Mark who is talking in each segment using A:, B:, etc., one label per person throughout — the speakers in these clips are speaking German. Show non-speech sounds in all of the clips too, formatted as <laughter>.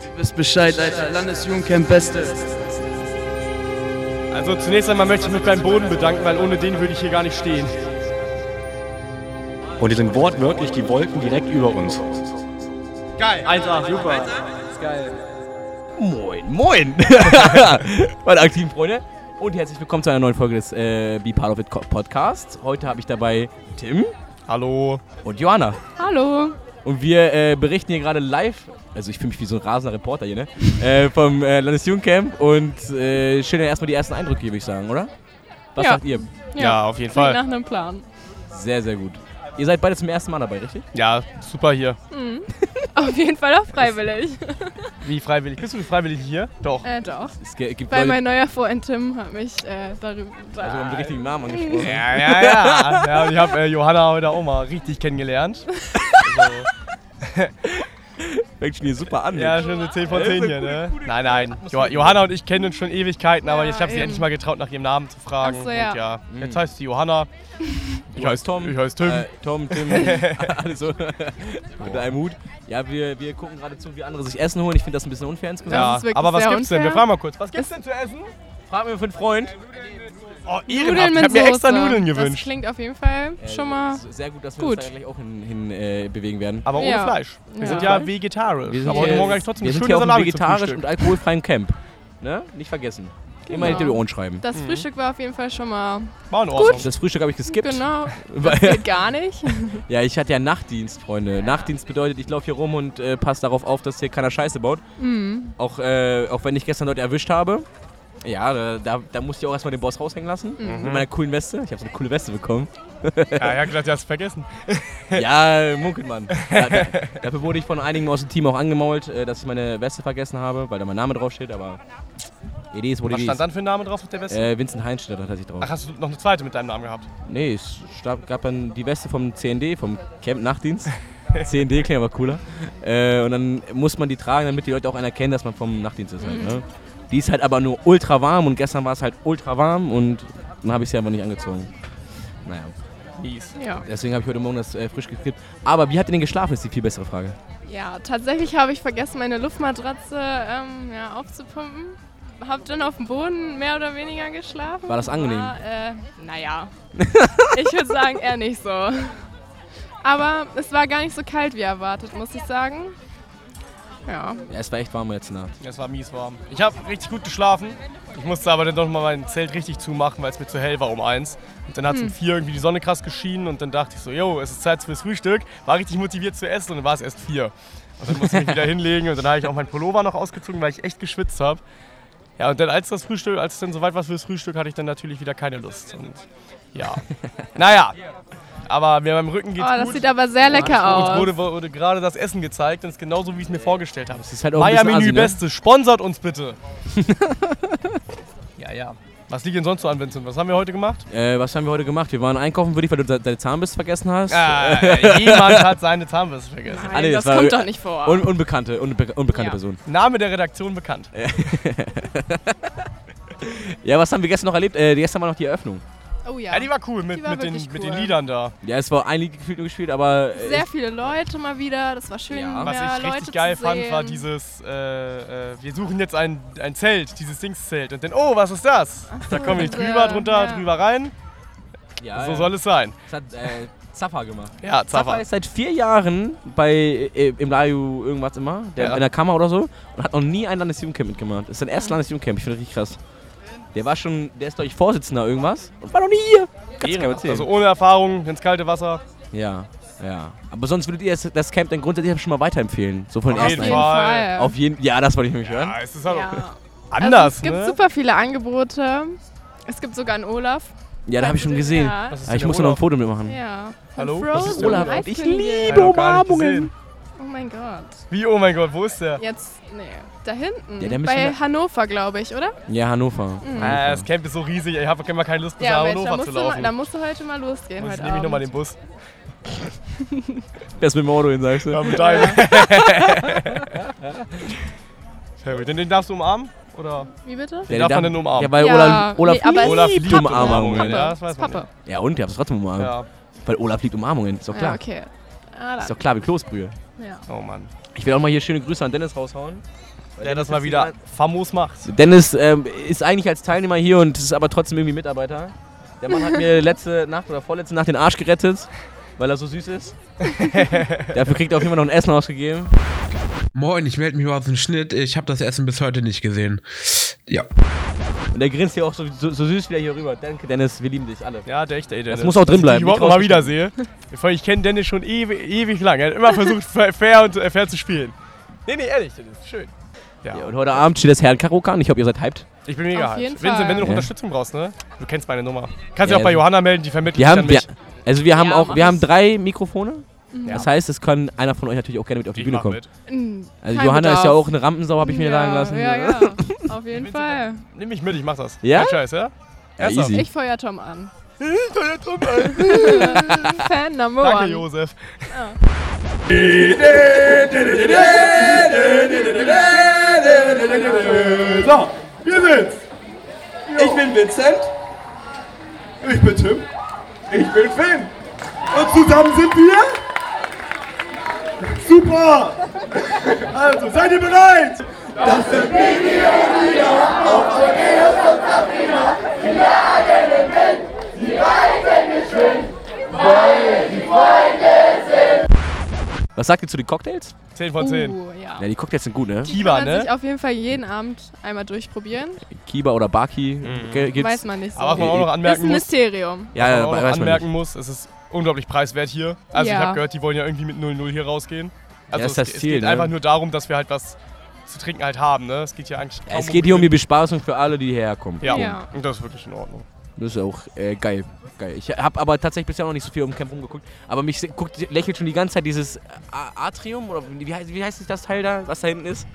A: Du bist Bescheid, Alter. Landesjugendcamp Bestes.
B: Also zunächst einmal möchte ich mich beim Boden bedanken, weil ohne den würde ich hier gar nicht stehen.
C: Und hier sind wortwörtlich die Wolken direkt über uns.
B: Geil. Alter, super.
D: Moin, moin! Meine aktiven Freunde und herzlich willkommen zu einer neuen Folge des äh, Be Part of It Co- Podcast. Heute habe ich dabei Tim
B: Hallo.
D: und Johanna.
E: Hallo.
D: Und wir äh, berichten hier gerade live, also ich fühle mich wie so ein rasender Reporter hier, ne? Äh, vom äh, Landesjugendcamp und äh, schildern erstmal die ersten Eindrücke, würde ich sagen, oder? Was
E: Ja.
D: sagt ihr?
B: Ja, auf jeden
E: Klingt
B: Fall.
E: nach einem Plan.
D: Sehr, sehr gut. Ihr seid beide zum ersten Mal dabei, richtig?
B: Ja, super hier.
E: Auf jeden Fall auch freiwillig.
B: Wie freiwillig? Bist du freiwillig hier? Doch.
E: <laughs> Äh, doch.
D: Es ge- gibt
E: Weil
D: Leute,
E: mein neuer Freund Tim hat mich äh, darüber.
D: also
B: um
D: wir haben den richtigen Namen angesprochen.
B: Ja, ja, ja. ja und ich habe äh, Johanna heute auch mal richtig kennengelernt.
D: Fängt schon hier super an.
B: Ja, schon eine 10 von 10 hier, ne? Nein, nein. Jo Johanna und ich kennen uns schon Ewigkeiten, aber
E: Ja,
B: jetzt habe ich sie
E: eben.
B: endlich mal getraut, nach ihrem Namen zu fragen.
E: Ach so, ja. Mhm.
B: Und ja, jetzt heißt sie Johanna. Ich heiße
D: Tom.
B: Ich heiße Tim.
D: Äh,
B: <laughs>
D: Tom, Tim, alles so <laughs> unter einem Hut. Ja, wir, wir gucken gerade zu, wie andere sich Essen holen. Ich finde das ein bisschen unfair insgesamt.
B: ja.
E: ist wirklich
B: Aber was
E: sehr
B: gibt's denn? Wir
E: unfair.
B: fragen mal kurz. Was gibt's denn zu essen?
D: Frag mir für einen Freund.
B: Oh,
E: Nudeln
B: ehrenhaft. Ich
E: mit
B: habe mir
E: Soße.
B: extra Nudeln
E: Das
B: gewünscht.
E: klingt auf jeden Fall
D: Äh,
E: schon mal.
D: s- Sehr gut, dass wir
E: gut.
D: uns da gleich auch hin, hin äh, bewegen werden.
B: Aber ohne
E: Ja.
B: Fleisch. Wir
E: Ja.
B: sind ja vegetarisch. aber heute
D: hier-
B: Morgen habe ich trotzdem
D: wir
B: eine
D: sind
B: schöne
D: hier auf einem
B: Salami
D: vegetarisch
B: zum
D: und
B: Frühstück.
D: alkoholfreien Camp. Ne? Nicht vergessen.
E: Genau.
D: Immer hinter die Ohren schreiben.
E: Das
B: Mhm.
E: Frühstück war auf jeden Fall schon mal.
B: War in Ordnung.
D: Das Frühstück habe ich geskippt.
B: <laughs>
E: Genau.
D: <laughs> Weil,
E: Geht gar nicht.
D: ja, ich hatte ja Nachtdienst, Freunde. Nachtdienst bedeutet, ich laufe hier rum und äh, passe darauf auf, dass hier keiner Scheiße baut.
E: Mhm.
D: Auch, äh, auch wenn ich gestern Leute erwischt habe. Ja, da, da, da musste ich auch erstmal den Boss raushängen lassen.
E: Mhm.
D: Mit meiner coolen Weste. Ich habe so eine coole Weste bekommen.
B: Ja, ich habe gedacht, du hast es vergessen.
D: Ja, munkelt man. Ja, da- Dafür wurde ich von einigen aus dem Team auch angemault, äh, dass ich meine Weste vergessen habe, weil da mein Name draufsteht, aber Idee ist, wo
B: Was
D: die
B: stand
D: ist.
B: dann für ein Name drauf auf der Weste?
D: Äh, Vincent Heinz steht da tatsächlich drauf.
B: Ach, hast du noch eine zweite mit deinem Namen gehabt?
D: Nee, es starb, gab dann die Weste vom CND, vom Camp Nachtdienst. <laughs> CND klingt aber cooler. Äh, und dann muss man die tragen, damit die Leute auch anerkennen, dass man vom Nachtdienst ist. Halt, ne? Die ist halt aber nur ultra warm und gestern war es halt ultra warm und dann habe ich sie einfach nicht angezogen. Naja,
B: Mies.
E: Ja.
D: deswegen habe ich heute Morgen das äh, frisch gekippt. Aber wie habt ihr denn geschlafen, ist die viel bessere Frage.
E: ja, tatsächlich habe ich vergessen, meine Luftmatratze ähm, ja, aufzupumpen. Hab dann auf dem Boden mehr oder weniger geschlafen.
D: War das angenehm?
E: War, äh,
D: <laughs>
E: naja. ich würde sagen, eher nicht so. Aber es war gar nicht so kalt wie erwartet, muss ich sagen. Ja.
D: Ja, es war echt warm jetzt Nacht.
B: Es war mies warm. Ich habe richtig gut geschlafen. Ich musste aber dann doch mal mein Zelt richtig zumachen, weil es mir zu hell war um eins. Und dann hat es
E: Hm.
B: um vier irgendwie die Sonne krass geschienen und dann dachte ich so, yo, es ist Zeit fürs Frühstück. War richtig motiviert zu essen und dann war es erst vier. Und dann musste ich
E: <laughs>
B: mich wieder hinlegen und dann habe ich auch meinen Pullover noch ausgezogen, weil ich echt geschwitzt habe. Ja, und dann als das Frühstück, als es dann soweit war fürs Frühstück, hatte ich dann natürlich wieder keine Lust. Und
E: <laughs>
B: ja. naja. Aber mir beim Rücken
E: Oh,
B: geht's
E: das
B: gut.
E: sieht aber sehr lecker
B: Uns
E: aus.
B: wurde, wurde gerade das Essen gezeigt und es ist genauso, wie ich es mir vorgestellt habe.
D: ist halt auch ein
B: Maya
D: bisschen
B: Menü
D: assi, ne?
B: Beste, sponsert uns bitte. <laughs> ja, ja. Was liegt denn sonst so an, Vincent? Was haben wir heute gemacht?
D: Äh, was haben wir heute gemacht? Wir waren einkaufen, würde ich, weil du de- deine Zahnbürste vergessen hast.
E: Ah,
B: <laughs> Äh, jemand hat seine Zahnbürste vergessen.
E: Nein,
D: Alle,
E: das
D: das war-
E: kommt doch nicht vor.
D: Un unbekannte, unbe unbekannte
E: Ja.
D: Person.
B: Name der Redaktion bekannt.
D: Ja, was haben wir gestern noch erlebt? Äh, gestern war noch die Eröffnung.
E: oh ja.
B: Ja, die war cool mit,
E: Die war
B: mit, den,
E: wirklich
B: mit den
E: cool.
B: Liedern da.
D: Ja, es war ein Lied gefühlt nur gespielt, aber äh,
E: sehr viele Leute mal wieder. Das war schön.
D: Ja.
E: mehr
B: Was ich
E: Leute
B: richtig geil
E: zu
B: fand,
E: sehen.
B: war dieses, äh, äh, wir suchen jetzt ein, ein Zelt, dieses Dingszelt. Und dann, oh, was ist das? Da
E: so,
B: komme ich
E: diese-
B: drüber, drunter,
E: ja. Ah,
B: drüber rein.
D: ich, ja,
B: So
D: ja.
B: soll es sein.
D: es hat äh, Zappa gemacht.
B: Ja,
D: Zappa
B: Zaffer.
D: ist seit vier Jahren bei äh, im Laju irgendwas immer, der,
B: Ja.
D: in der Kammer oder so, und hat noch nie ein Landesjugendcamp mitgemacht. Ist sein erstes Landesjugendcamp, ich finde das richtig krass. Der war schon, der ist, glaube ich, Vorsitzender irgendwas und war noch nie hier. Kannst du erzählen.
B: Also ohne Erfahrung, ins kalte Wasser.
D: Ja, ja. Aber sonst würdet ihr das, das Camp dann grundsätzlich schon mal weiterempfehlen. So von den
B: Auf
E: Auf
D: ersten
E: jeden
B: jeden
D: Eindruck.
B: Fall.
E: Fall.
D: Auf jeden Ja, das wollte ich nämlich hören.
B: Ja, es ist halt <laughs> auch
E: ja. Also
B: anders,
E: Es gibt
B: ne?
E: super viele Angebote. Es gibt sogar einen Olaf.
D: Ja, da habe ich schon gesehen.
E: Ja.
B: Was ist
D: Aber Ah, ich
B: denn
D: muss
B: der
D: noch ein
B: Urlaub?
D: Foto mitmachen.
E: ja.
B: Hallo?
E: Von
B: Was
E: Frozen.
B: ist
D: der Olaf?
E: Eis
D: Ich
E: für die-
B: Hab
D: liebe-
B: ich noch gar nicht
D: Umarmungen.
B: gesehen.
E: Oh mein Gott.
B: Wie, oh mein Gott, wo ist der?
E: Jetzt, nee. Da hinten.
D: Ja, da müssen
E: Bei
D: wir-
E: Hannover, glaube ich, oder?
D: Ja, Hannover.
E: Mhm.
B: Ah,
D: Hannover.
B: das Camp ist so riesig, ey, ich habe immer keine Lust, bis nach
E: Mensch, da
B: Hannover
E: musst,
B: zu
E: du mal,
B: laufen.
E: da halt musst du heute mal losgehen.
B: Muss ich
E: heute
B: nehme ich nochmal den
E: Abend.
B: Bus.
D: Der ist mit dem Auto hin, sagst du?
B: Ja, mit deinem. <laughs> Sehr gut. Den, den darfst du umarmen? Oder?
E: Wie bitte?
D: Der
B: darf man denn umarmen?
D: Ja, weil
E: Ja,
D: Olaf, Olaf,
E: nee, aber
D: liebt,
E: es
D: Olaf
B: liebt
D: liebt
B: Pappe.
D: Umarmungen.
B: Ja, das weiß
E: das weiß
B: man
E: Pappe.
D: Ja, und? Ihr habt es trotzdem umarmt.
B: Ja.
D: Weil Olaf liebt Umarmungen. Ist doch
E: Ja,
D: klar.
E: okay. Ah, dann.
D: Ist doch klar wie Kloßbrühe.
E: Ja.
B: Oh Mann.
D: Ich will auch mal hier schöne Grüße an Dennis raushauen. Weil
B: Der das
D: Dennis
B: mal
D: ist
B: wieder
D: jemand-
B: famos macht.
D: Dennis ähm, ist eigentlich als Teilnehmer hier und ist aber trotzdem irgendwie Mitarbeiter. Der Mann hat
B: <laughs>
D: mir letzte Nacht oder vorletzte Nacht den Arsch gerettet, weil er so
B: <laughs>
D: süß ist. Dafür kriegt er auf jeden Fall noch ein Essen ausgegeben.
F: Moin, ich melde mich mal aus dem Schnitt. Ich habe das Essen bis heute nicht gesehen. Ja.
D: Und der grinst hier auch so, so, so süß wieder hier rüber. Danke, Dennis, wir lieben dich alle.
B: Ja, der echte Dennis.
D: muss auch drin bleiben.
B: Dass ich überhaupt
D: Nicht
B: noch mal wiedersehe. Vor allem, Ich kenne Dennis schon ewig, ewig lang. Er hat immer versucht, <laughs> fa- fair und äh, fair zu spielen. Nee, nee, ehrlich, Dennis. Schön. Ja,
D: Ja, und heute Abend steht das Herrn Karaoke an. Ich hoffe, ihr seid hyped.
B: ich bin mega
E: Auf jeden
B: hyped. Vincent, wenn du noch
D: Fall.
B: Unterstützung brauchst, ne? Du kennst meine Nummer. Kannst dich
D: Ja,
B: auch bei
D: ja.
B: Johanna melden, die vermittelt
D: Wir
B: dich
D: haben,
B: an
D: wir,
B: mich.
D: also wir haben
E: Ja,
D: auch,
E: mach Mhm.
D: wir haben
E: es.
D: drei Mikrofone. Das heißt, es kann einer von euch natürlich auch gerne mit auf die
B: Ich
D: Bühne
B: mach
D: kommen.
B: mit.
E: Mhm.
D: Also
E: Kein
D: Johanna ist ja
E: Bedarf.
D: auch eine Rampensau, habe ich mir
E: ja,
D: sagen lassen. ne?
E: Ja, ja.
B: <laughs>
E: Auf jeden Fall.
B: Nimm mich mit, ich mach das.
D: Ja?
B: Kein Scheiß, ja?
D: Ja,
B: Ernsthaft?
D: easy.
E: Ich feuer Tom
B: <laughs>
E: an.
B: Danke,
E: <laughs> Fan Number One.
B: Josef.
D: Was sagt ihr zu den Cocktails?
B: 10 von 10.
E: Uh, ja.
D: Ja, die Cocktails sind gut, ne?
B: Kiba,
E: Kann man sich
B: ne?
E: auf jeden Fall jeden Abend einmal durchprobieren.
D: Kiba oder Baki
B: Mhm.
D: ge- gibt's.
E: Weiß man nicht so.
B: Aber
D: Äh,
B: was man auch noch
E: ist ein
B: anmerken muss,
E: Mysterium.
D: ja,
B: was
D: ja,
B: man auch
D: weiß
B: noch
D: man nicht.
B: anmerken muss, es ist unglaublich preiswert hier. Also ich
E: Ja.
B: habe gehört, die wollen ja irgendwie mit 0-0 hier rausgehen. Also
D: Ja, ist
B: es,
D: das
B: es
D: Ziel,
B: geht
D: ne?
B: einfach nur darum, dass wir halt was zu trinken halt haben, ne? Es geht ja eigentlich kaum
D: Es geht hier um die Bespaßung für alle, die hierher kommen.
B: ja,
E: Ja.
B: und das ist wirklich in Ordnung.
D: Das ist auch äh, geil. geil. Ich habe aber tatsächlich bisher noch nicht so viel um Camp rumgeguckt. Aber mich se- guckt, lächelt schon die ganze Zeit dieses äh, A- Atrium oder wie heißt, wie heißt das Teil da, was da hinten ist?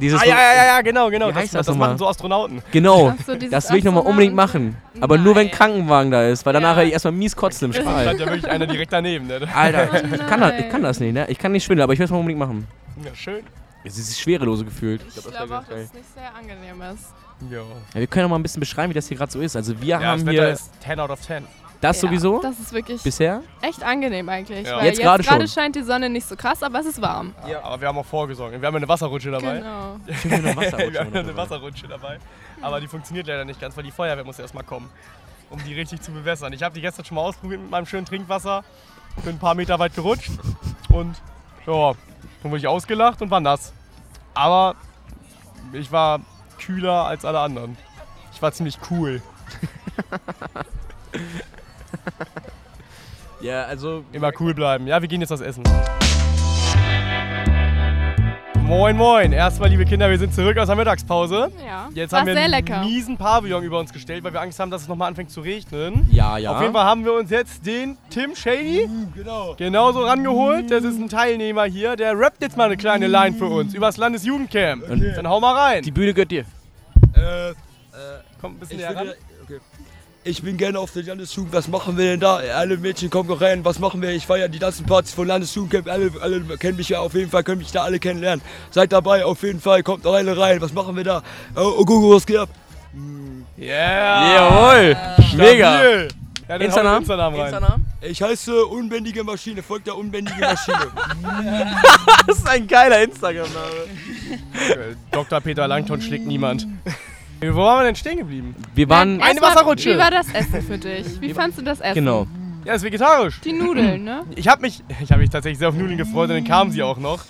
D: Dieses
B: ja, genau, genau.
D: Wie
B: Das,
D: heißt
B: das,
D: das nochmal?
B: machen so Astronauten.
D: Genau.
E: Ach so, dieses
D: das will ich nochmal unbedingt machen. Aber nur wenn
E: Nein.
D: Krankenwagen da ist, weil danach
E: Ja. Oh
D: werde ich erstmal mies kotzen
E: <laughs>
D: im
B: Da
D: Strahl.
B: stand ja wirklich einer direkt daneben, ne?
D: Alter, ich kann, das, ich
E: nein.
D: kann das nicht, ne? Ich kann nicht schwindeln, aber ich will es mal unbedingt machen.
B: Ja, schön.
D: Es ist schwerelose gefühlt.
E: Ich glaube auch, dass es nicht sehr angenehm ist.
B: Ja,
D: Ja, wir können doch mal ein bisschen beschreiben, wie das hier gerade so ist. Also wir
B: ja das
D: haben
B: Wetter
D: hier
B: ist 10 out of 10.
D: das
E: Ja,
D: sowieso
E: Das ist wirklich
D: bisher.
E: echt angenehm eigentlich.
B: Ja.
E: Weil
D: Jetzt
E: jetzt,
D: gerade
E: gerade
D: schon.
E: scheint die Sonne nicht so krass, aber es ist warm.
B: Ja. Aber wir haben auch vorgesorgt. Wir haben ja eine Wasserrutsche dabei.
E: Genau.
D: Ich will noch
B: <laughs>
D: Wasser
B: Wir haben
D: holen.
B: eine Wasserrutsche dabei. Aber die funktioniert leider nicht ganz, weil die Feuerwehr muss erstmal kommen, um die richtig zu bewässern. Ich habe die gestern schon mal ausprobiert mit meinem schönen Trinkwasser. Bin ein paar Meter weit gerutscht und ja, dann wurde ich ausgelacht und war nass. Aber ich war kühler als alle anderen. Ich war ziemlich cool.
D: Ja, also
B: Immer cool bleiben. Ja, wir gehen jetzt was essen. Moin, moin. Erstmal, liebe Kinder, wir sind zurück aus der Mittagspause.
E: Ja.
B: <laughs> Jetzt
E: War
B: haben wir
E: sehr
B: einen
E: lecker.
B: miesen Pavillon über uns gestellt, weil wir Angst haben, dass es nochmal anfängt zu regnen.
D: ja, ja.
B: Auf jeden Fall haben wir uns jetzt den Tim Shady
D: Uh, genau.
B: genauso rangeholt. Das ist ein Teilnehmer hier, der rappt jetzt mal eine kleine Line für uns übers Landesjugendcamp. Dann hau mal rein.
D: Die Bühne gehört dir.
B: Kommt ein bisschen
G: Ich,
B: näher ran.
G: würde, okay. ich bin gerne auf der Landesjugend. Was machen wir denn da? Alle Mädchen kommen doch rein. Was machen wir? Ich feiere die ganzen Partys von Landesjugendcamp. Alle, alle kennen mich ja auf jeden Fall, können mich da alle kennenlernen. Seid dabei, auf jeden Fall. Kommt doch alle rein. Was machen wir da? Oh, oh Gugu, was geht ab?
B: Yeah.
D: Jawohl. Mega.
B: Ah. Stabil. Ja, dann hau den
D: Instagram.
B: Instagram rein.
G: Ich heiße Unbändige Maschine. Folgt der Unbändige Maschine.
D: Das ist ein geiler Instagram-Name.
B: Äh, Dr. Peter Langton schlägt
D: <laughs>
B: niemand. Wo waren wir denn stehen geblieben?
D: Wir waren.
B: Eine
E: Erstmal,
B: Wasserrutsche.
E: Wie war das Essen
B: <laughs>
E: für dich? Wie fandst du das Essen?
D: Genau.
B: Ja, ist vegetarisch.
E: Die
D: <clears throat>
E: Nudeln, ne?
B: Ich habe mich, <laughs> ich hab mich tatsächlich sehr auf Nudeln gefreut und dann kamen sie auch noch.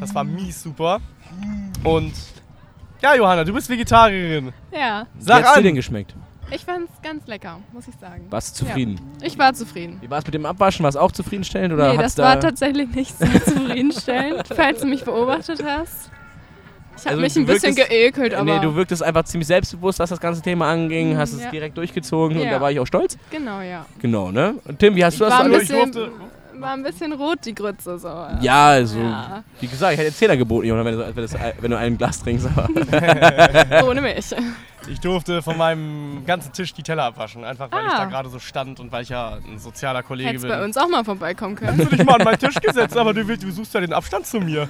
B: Das war mies super. Und ja, Johanna, du bist Vegetarierin.
E: Ja.
D: Wie
B: Sag
D: hat's dir
B: an.
D: denn geschmeckt?
E: Ich fand's ganz lecker, muss ich sagen.
D: Warst du zufrieden?
E: Ich war zufrieden.
D: Wie war es mit dem Abwaschen? War es auch zufriedenstellend? Oder
E: nee,
D: hat's
E: das war
D: da
E: tatsächlich nicht
D: <laughs>
E: sehr zufriedenstellend, falls du mich beobachtet hast. Ich habe
D: Also
E: mich ein
D: du
E: bisschen
D: wirktest-
E: geekelt, aber Mhm,
D: Nee, du wirktest einfach ziemlich selbstbewusst, was das ganze Thema anging, hast es
E: ja.
D: direkt durchgezogen und
E: Ja.
D: da war ich auch stolz.
E: genau, ja.
D: Genau, ne? Und Tim, wie hast du das
E: war ein
D: ange-
B: Ich
E: bisschen-
B: durfte,
E: War ein bisschen rot, die Grütze, so.
D: Ja, also, <laughs>
E: Ja.
D: wie gesagt, ich hätte jetzt Zehner geboten, Johanna, wenn, du- wenn, das, wenn du ein Glas trinkst.
E: <laughs>
D: Aber <laughs>
E: Ohne mich.
B: ich durfte von meinem ganzen Tisch die Teller abwaschen, einfach weil ich
E: Ah.
B: da gerade so stand und weil ich ja ein sozialer Kollege
E: Hättest
B: bin.
E: bei uns auch mal vorbeikommen können.
B: Hast du dich mal an meinen Tisch gesetzt, aber du, willst- du suchst ja den Abstand zu mir.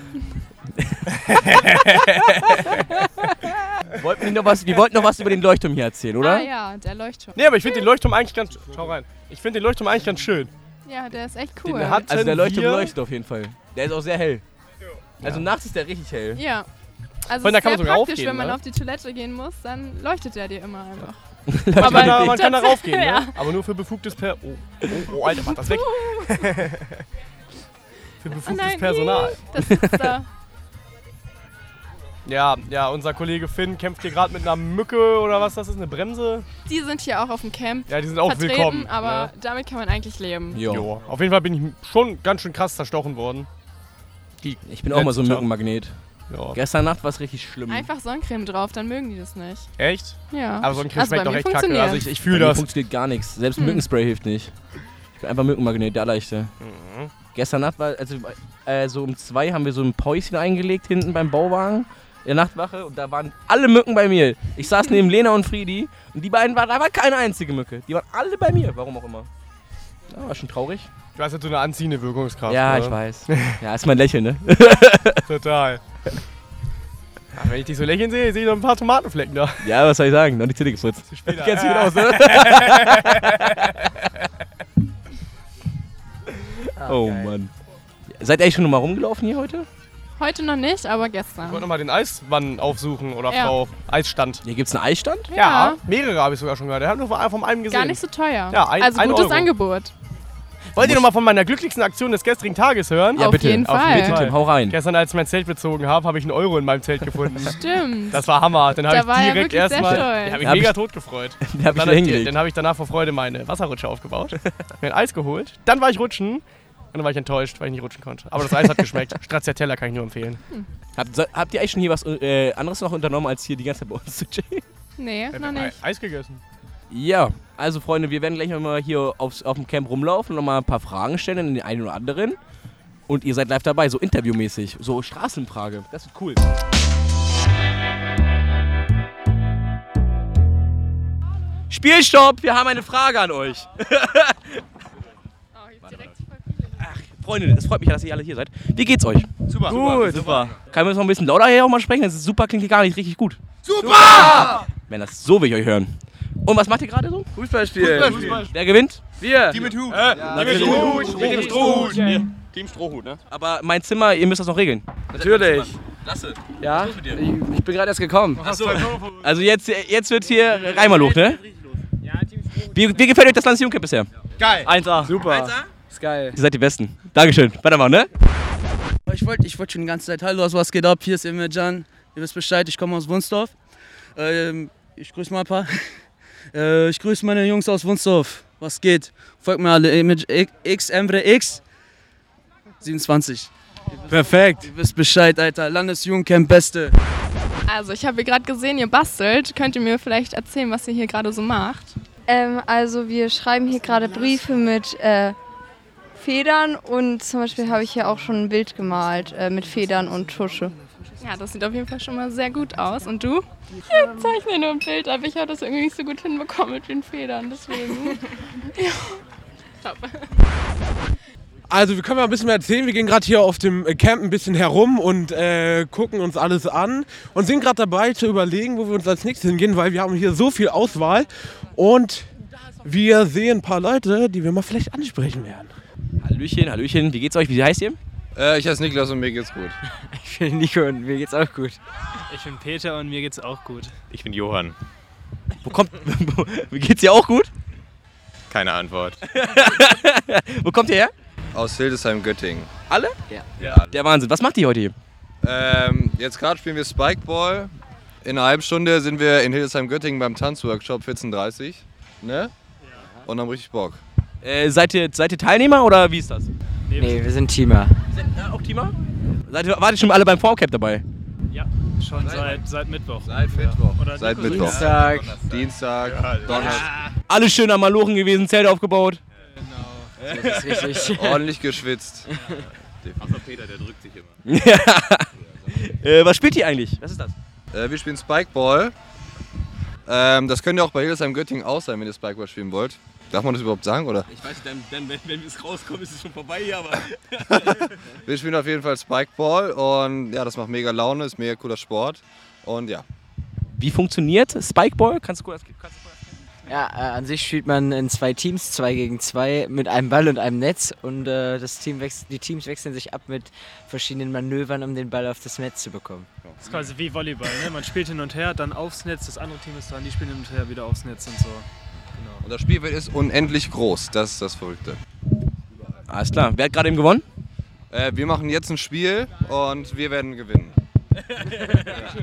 D: wollten wir, noch was, wir wollten noch was über den Leuchtturm hier erzählen, oder?
E: Ah ja, der Leuchtturm.
B: Nee, aber ich finde den Leuchtturm eigentlich ganz. Schau rein. Ich finde den Leuchtturm eigentlich ganz schön.
E: Ja, der ist echt
B: Den
E: cool.
B: hat-
D: Also der
B: Hatten
D: Leuchtturm
B: wir-
D: leuchtet auf jeden Fall. Der ist auch sehr hell. Also nachts ist der richtig hell.
E: Ja. Also
B: Vor allem,
E: es
B: da
E: ist
B: kann man
E: sehr
B: sogar
E: praktisch,
B: aufgehen,
E: wenn man
B: ne?
E: auf die Toilette gehen muss, dann leuchtet er dir immer einfach.
B: Man kann da, man kann da
E: Tatsächlich,
B: raufgehen,
E: ja.
B: ne? aber nur für befugtes Per... Oh, oh, oh Alter, mach
E: <laughs>
B: das weg. für
E: Oh
B: befugtes
E: nein,
B: Personal.
E: nee, Das ist da.
B: Ja, ja, unser Kollege Finn kämpft hier gerade mit einer Mücke oder was das ist, eine Bremse.
E: Die sind hier auch auf dem Camp
B: Ja, die sind auch
E: vertreten,
B: willkommen.
E: aber
B: ne?
E: damit kann man eigentlich leben.
D: Jo.
B: Jo. Auf jeden Fall bin ich schon ganz schön krass zerstochen worden.
D: Ich bin auch mal so ein
B: Letzter.
D: Mückenmagnet.
B: Ja.
D: Gestern Nacht war es richtig schlimm.
E: Einfach Sonnencreme drauf, dann mögen die das nicht.
B: Echt?
E: Ja.
B: Aber so ein Kiss
E: Also bei
B: schmeckt doch
E: mir
B: echt kacke. Also ich, ich fühle
D: Bei mir
B: das.
D: funktioniert gar nichts. Selbst Mückenspray hilft nicht. Ich bin einfach Mückenmagnet, der leichte. Gestern Nacht war, also äh, so um zwei haben wir so ein Päuschen eingelegt hinten beim Bauwagen in der Nachtwache und da waren alle Mücken bei mir. Ich saß neben Lena und Friedi und die beiden waren, da war keine einzige Mücke. Die waren alle bei mir, warum auch immer. Ja, war schon traurig.
B: Du hast halt so eine anziehende Wirkungskraft.
D: ja,
B: ne?
D: ich weiß. Ja, ist mein Lächeln, ne?
B: Total. Ach, wenn ich dich so lächeln sehe, sehe ich noch ein paar Tomatenflecken
D: <laughs>
B: da.
D: Ja, was soll ich sagen? Noch die Zähne geputzt.
B: später.
D: Kennst du mich aus, ne? oh Mann. Seid ihr eigentlich schon noch mal rumgelaufen hier heute?
E: Heute noch nicht, aber
B: Ich wollte
E: gestern.
B: nochmal den Eismann aufsuchen oder
E: Ja.
B: Frau Eisstand.
D: Hier gibt's einen Eisstand?
B: Ja, mehrere habe ich sogar schon gehört. Ich habe nur von, von einem gesehen.
E: Gar nicht so teuer.
B: Ja, ein-
E: also
B: ein
E: gutes
B: Euro.
E: Angebot.
B: Wollt ihr nochmal von meiner glücklichsten Aktion des gestrigen Tages hören?
D: Ja,
E: Auf
D: bitte.
E: jeden
B: Auf
E: Fall.
B: jeden Fall.
D: Tim, hau
B: <laughs>
D: rein.
B: Gestern, als ich mein Zelt bezogen habe, habe ich einen Euro in meinem Zelt gefunden.
E: Stimmt.
B: Das war Hammer. Den habe
E: Da
B: ich
E: war er
B: direkt
E: wirklich sehr
B: erstmal. Den
E: stolz.
B: habe ich
D: Da hab
B: mega
D: ich-
B: tot gefreut.
D: Den <laughs> hab ich
B: Dann
D: schon
B: hab ich-
D: hingelegt.
B: Dann habe ich danach vor Freude meine Wasserrutsche aufgebaut, <laughs> mir ein Eis geholt, dann war ich rutschen und dann war ich enttäuscht, weil ich nicht rutschen konnte. Aber das Eis hat
D: <laughs>
B: geschmeckt. Stracciatella kann ich nur empfehlen.
D: Habt, so- habt ihr eigentlich schon hier was äh, anderes noch unternommen, als hier die ganze Zeit bei uns zu chillen?
E: <laughs> Nee,
B: Wir
E: noch
B: haben
E: nicht.
B: Eis gegessen.
D: Ja. Also, Freunde, wir werden gleich nochmal hier aufs, auf dem Camp rumlaufen und nochmal ein paar Fragen stellen an den einen oder anderen. Und ihr seid live dabei, so interviewmäßig. So Straßenfrage. Das wird cool. Spielstopp! Wir haben eine Frage an euch. <laughs> Freunde, es freut mich, dass ihr alle hier seid. Wie geht's euch? Super. Gut. Super. Kann man jetzt noch ein bisschen lauter hier auch mal sprechen? Das ist super, klingt hier gar nicht richtig gut. Super! Wenn das so will ich euch hören. Und was macht ihr gerade so?
A: Fußballspiel.
D: Wer gewinnt?
A: Wir.
B: mit Hut. Äh, ja, mit Hut. Mit Strohhut. Team Strohhut, ne?
D: Aber mein Zimmer, ihr müsst das noch regeln.
A: Natürlich.
D: Klasse.
A: Ja. Ich ich bin gerade erst gekommen.
D: Also jetzt, jetzt wird hier Reimerloch, ne? Wie, wie gefällt euch das Landesjugendcamp bisher?
A: Super. Ist geil.
D: Ihr seid die Besten. Dankeschön. Weitermachen, ne?
A: Ich wollte ich wollt schon die ganze Zeit, hallo, was geht ab? Hier ist Emirjan. Ihr wisst Bescheid, ich komme aus Wunsdorf. Ähm, ich grüße mal ein paar. <laughs> Äh, ich grüße meine Jungs aus Wunsdorf. Was geht? Folgt mir alle. Image X, Emre X. 27.
D: Perfekt.
A: Ihr wisst Bescheid, Alter. Landesjugendcamp Beste.
E: Also, ich habe hier gerade gesehen, ihr bastelt. Könnt ihr mir vielleicht erzählen, was ihr hier gerade so macht?
H: Ähm, also wir schreiben hier gerade Briefe mit äh, Federn und zum Beispiel habe ich hier auch schon ein Bild gemalt äh, mit Federn und Tusche.
E: Ja, das sieht auf jeden Fall schon mal sehr gut aus. Und du? Ich ähm, zeichne nur ein Bild, aber ich habe das irgendwie nicht so gut hinbekommen mit den Federn, deswegen.
F: Also wir können mal ein bisschen mehr erzählen. Wir gehen gerade hier auf dem Camp ein bisschen herum und äh, gucken uns alles an und sind gerade dabei zu überlegen, wo wir uns als nächstes hingehen, weil wir haben hier so viel Auswahl und wir sehen ein paar Leute, die wir mal vielleicht ansprechen werden.
D: Hallöchen, Hallöchen. Wie geht's euch? Wie heißt ihr?
I: Äh, ich heiße Niklas und mir geht's gut.
J: Ich bin Nico und mir geht's auch gut.
K: Ich bin Peter und mir geht's auch gut.
I: Ich bin Johann.
D: Wo kommt... <laughs> Wie geht's dir auch gut?
I: Keine Antwort.
D: <laughs> Wo kommt ihr her?
I: Aus Hildesheim, Göttingen.
D: Alle?
I: Ja. ja.
D: Der Wahnsinn. Was macht ihr heute hier?
I: Ähm, jetzt gerade spielen wir Spikeball. In einer halben Stunde sind wir in Hildesheim, Göttingen beim Tanzworkshop 14.30 Ne? Ja. Und haben richtig Bock.
D: Äh, seid, ihr, seid ihr Teilnehmer oder wie ist das?
J: Nee, wir sind Teamer.
D: Sind äh, auch Teamer? Seid ihr, wart ihr schon alle beim Vorcap dabei?
K: Ja, schon seit, seit Mittwoch.
I: Seit Mittwoch.
K: Oder
I: Seit
K: Nico-
I: Mittwoch.
J: Dienstag.
I: Dienstag, Donnerstag.
D: Alle schön am Malochen gewesen, Zelte aufgebaut.
J: Das ist richtig.
I: Ordentlich geschwitzt.
D: Äh, was spielt ihr eigentlich? Was ist das?
I: Äh, wir spielen Spikeball. Ähm, das könnt ihr auch bei Hildesheim, Göttingen auch sein, wenn ihr Spikeball spielen wollt. Darf man das überhaupt sagen, oder?
D: Ich weiß nicht, dann, wenn, wenn es rauskommt, ist es schon vorbei hier, aber...
I: Wir spielen auf jeden Fall Spikeball und ja, das macht mega Laune, ist mega cooler Sport. Und ja,
D: Wie funktioniert Spikeball? Kannst du kurz... Kannst du kurz
L: Ja, äh, an sich spielt man in zwei Teams, zwei gegen zwei, mit einem Ball und einem Netz. Und äh, das Team wechselt, die Teams wechseln sich ab mit verschiedenen Manövern, um den Ball auf das Netz zu bekommen.
M: Das ist quasi wie Volleyball, ne? Man spielt hin und her, dann aufs Netz, das andere Team ist dran, die spielen hin und her, wieder aufs Netz und so.
I: Und das Spielfeld ist unendlich groß. Das ist das Verrückte.
D: Alles klar. Wer hat gerade eben gewonnen?
I: Äh, wir machen jetzt ein Spiel und wir werden gewinnen.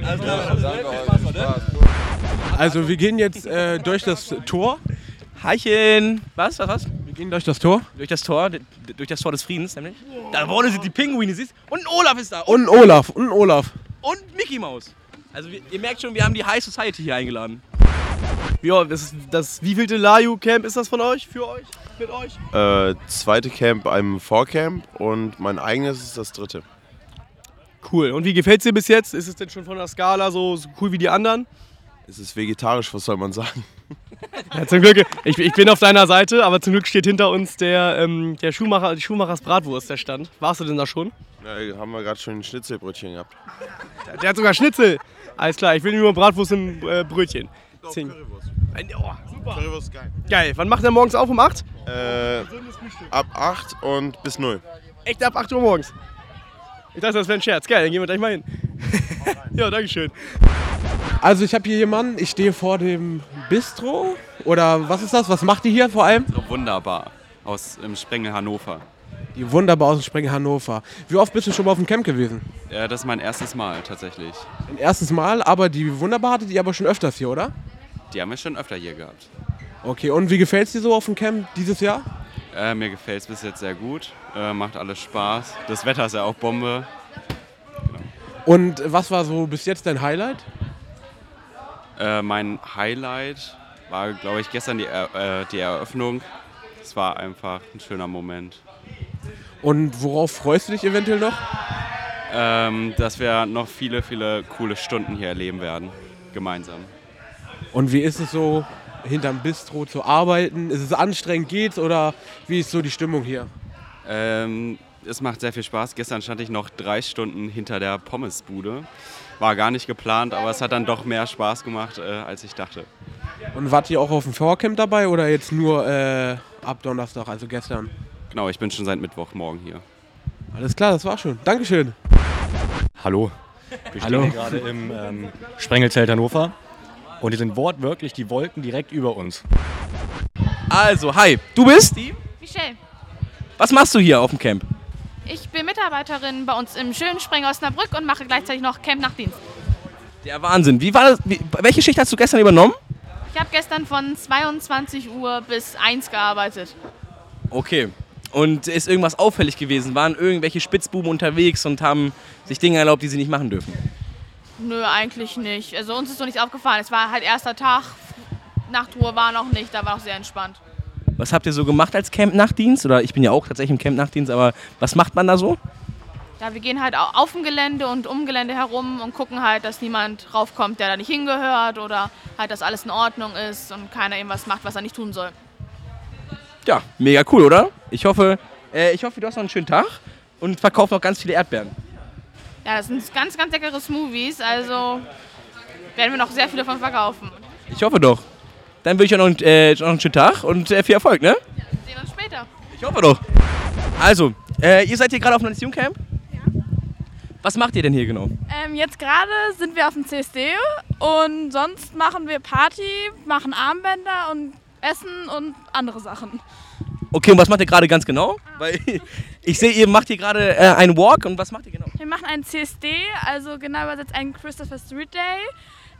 F: Also, Also wir gehen jetzt äh, durch das Tor.
D: Heichen! Was? Was? Was?
F: Wir gehen durch das Tor.
D: Durch das Tor, d- d- durch das Tor des Friedens nämlich. Da vorne sind die Pinguine, siehst Und ein Olaf ist da.
F: Und Olaf, und Olaf.
D: Und Mickey Maus. Also wir, ihr merkt schon, wir haben die High Society hier eingeladen.
B: Ja, das ist das wievielte Laju Camp ist das von euch? Für euch? Mit euch?
N: Äh, zweite Camp, einem Vorcamp und mein eigenes ist das dritte.
B: Cool. Und wie gefällt's dir bis jetzt? Ist es denn schon von der Skala so, so cool wie die anderen?
N: Es ist vegetarisch, was soll man sagen? <laughs>
B: Ja, zum Glück, ich, ich bin auf deiner Seite, aber zum Glück steht hinter uns der, ähm, der Schuhmacher, die Schuhmachers Bratwurst, der stand. Warst du denn da schon?
N: Ja, haben wir gerade schon ein Schnitzelbrötchen gehabt.
B: Der, der hat sogar Schnitzel. Alles klar, ich will nur Bratwurst im äh, Brötchen. Zehn. Ein- Oh, super.
N: Currywurst geil.
B: Geil, wann macht er morgens auf? Um 8?
N: Äh, ab 8 und bis 0.
B: Echt ab 8 Uhr morgens? Ich dachte, das wäre ein Scherz. Geil, dann gehen wir gleich
N: <laughs>
B: mal hin. ja, Dankeschön.
F: Also ich habe hier jemanden, ich stehe vor dem Bistro. Oder was ist das? Was macht ihr hier vor allem?
O: Wunderbar. Aus im Sprengel Hannover.
F: Die wunderbar aus dem Sprengen Hannover. Wie oft bist du schon mal auf dem Camp gewesen?
O: Äh, das ist mein erstes Mal tatsächlich.
F: Ein erstes Mal, aber die wunderbar hattet ihr aber schon öfters hier, oder?
O: Die haben wir schon öfter hier gehabt.
F: Okay, und wie gefällt es dir so auf dem Camp dieses Jahr?
O: Äh, mir gefällt es bis jetzt sehr gut. Äh, macht alles Spaß. Das Wetter ist ja auch Bombe.
F: Und was war so bis jetzt dein Highlight?
O: Äh, mein Highlight war, glaube ich, gestern die, er äh, die Eröffnung. Es war einfach ein schöner Moment.
F: Und worauf freust du dich eventuell noch?
O: Ähm, dass wir noch viele, viele coole Stunden hier erleben werden. Gemeinsam.
F: Und wie ist es so, hinterm Bistro zu arbeiten? Ist es anstrengend, geht's? Oder wie ist so die Stimmung hier?
O: Ähm, es macht sehr viel Spaß. Gestern stand ich noch drei Stunden hinter der Pommesbude. War gar nicht geplant, aber es hat dann doch mehr Spaß gemacht, äh, als ich dachte.
F: Und wart ihr auch auf dem Vorcamp dabei oder jetzt nur äh, ab Donnerstag, also gestern?
O: Genau, ich bin schon seit Mittwochmorgen hier.
F: Alles klar, das war schon. Dankeschön.
A: Hallo. Wir stehen
P: Hallo.
A: hier gerade im ähm, Sprengelzelt Hannover und hier sind wortwörtlich die Wolken direkt über uns.
D: Also, hi, du bist?
E: Michelle,
D: Was machst du hier auf dem Camp?
E: ich bin Mitarbeiterin bei uns im schönen Spring Osnabrück und mache gleichzeitig noch Camp Nachtdienst.
D: Der Wahnsinn. Wie war das? Wie, welche Schicht hast du gestern übernommen?
E: Ich habe gestern von 22 Uhr bis 1 gearbeitet.
D: Okay. Und ist irgendwas auffällig gewesen? Waren irgendwelche Spitzbuben unterwegs und haben sich Dinge erlaubt, die sie nicht machen dürfen?
E: Nö, eigentlich nicht. Also uns ist so nichts aufgefallen. Es war halt erster Tag. Nachtruhe war noch nicht, da war noch sehr entspannt.
D: Was habt ihr so gemacht als Camp-Nachtdienst? Oder ich bin ja auch tatsächlich im Camp-Nachtdienst, aber was macht man da so?
E: <laughs> Ja, wir gehen halt au- auf dem Gelände und um Gelände herum und gucken halt, dass niemand raufkommt, der da nicht hingehört oder halt, dass alles in Ordnung ist und keiner irgendwas macht, was er nicht tun soll.
D: Ja, mega cool, oder? Ich hoffe, äh, ich hoffe, du hast noch einen schönen Tag und verkauf noch ganz viele Erdbeeren.
E: Ja, das sind ganz, ganz leckere Smoothies, also werden wir noch sehr viele von verkaufen.
D: Ich hoffe doch. Dann wünsche ich euch noch, einen- äh, noch einen schönen Tag und äh, viel Erfolg, ne?
E: Sehen uns später.
D: Ich hoffe doch. Also, äh, ihr seid hier gerade auf einem Jugendcamp? Ja. Was macht ihr denn hier genau?
Q: Ähm, jetzt gerade sind wir auf dem CSD und sonst machen wir Party, machen Armbänder und Essen und andere Sachen.
D: Okay, und was macht ihr gerade ganz genau? Weil <laughs> ich sehe, ihr macht hier gerade äh, einen Walk und was macht ihr genau?
Q: Wir machen einen CSD, also genau übersetzt einen Christopher Street Day.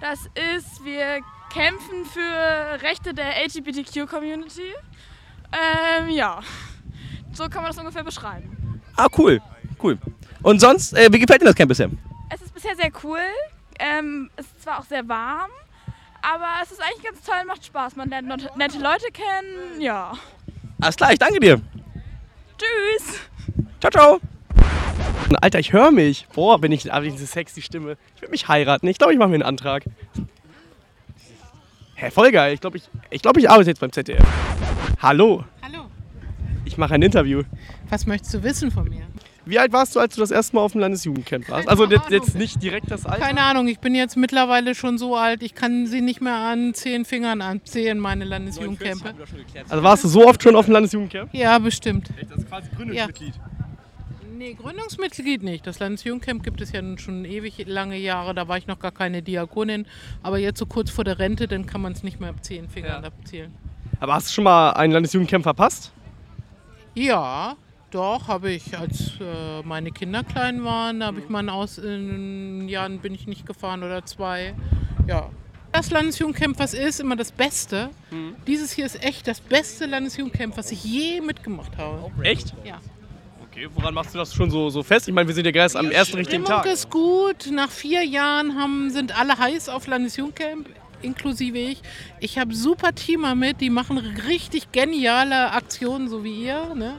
Q: Das ist, wir kämpfen für Rechte der LGBTQ-Community. Ähm, ja, so kann man das ungefähr beschreiben.
D: Ah, cool, cool. Und sonst, äh, wie gefällt dir das Camp bisher?
Q: Es ist bisher sehr cool. Ähm, es ist zwar auch sehr warm, aber es ist eigentlich ganz toll, macht Spaß. Man lernt not- nette Leute kennen. Ja.
D: Alles klar, ich danke dir.
Q: Tschüss!
D: Ciao, ciao.
B: Alter, ich höre mich. Boah, bin ich, habe ich diese sexy Stimme. Ich würde mich heiraten. Ich glaube, ich mache mir einen Antrag. Hä, voll geil. Ich glaube, ich, ich, glaub, ich arbeite jetzt beim ZDF. Hallo. Hallo. Ich mache ein Interview.
R: Was möchtest du wissen von mir?
B: Wie alt warst du, als du das erste Mal auf dem Landesjugendcamp warst? Also jetzt, jetzt nicht direkt das Alter.
Q: Keine Ahnung, ich bin jetzt mittlerweile schon so alt, ich kann sie nicht mehr an zehn Fingern anzählen, meine Landesjugendcampe.
B: Also warst du so oft schon auf dem Landesjugendcamp?
Q: Ja, bestimmt.
B: Das ist quasi Gründungsmitglied.
Q: Nee, Gründungsmitglied nicht. Das Landesjugendcamp gibt es ja nun schon ewig lange Jahre. Da war ich noch gar keine Diakonin. Aber jetzt so kurz vor der Rente, dann kann man es nicht mehr ab zehn Fingern abzählen.
B: Aber hast du schon mal ein Landesjugendcamp verpasst?
Q: Ja, doch, habe ich. Als äh, meine Kinder klein waren, da habe ich mal ein Aus in Jahren bin ich nicht gefahren oder zwei. Ja. Das Landesjugendcamp, was ist, immer das Beste. Dieses hier ist echt das beste Landesjugendcamp, was ich je mitgemacht habe.
B: Echt?
Q: Ja.
B: Okay, woran machst du das schon so, so fest? Ich meine, wir sind ja gerade erst am ersten richtigen
Q: Stimmung
B: Tag.
Q: ist gut. Nach vier Jahren haben, sind alle heiß auf Landesjugendcamp, inklusive ich. Ich habe super Teamer mit, die machen richtig geniale Aktionen, so wie ihr. Ne?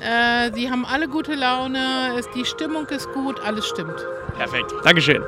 Q: Äh, die haben alle gute Laune, es, die Stimmung ist gut, alles stimmt.
B: Perfekt, Dankeschön.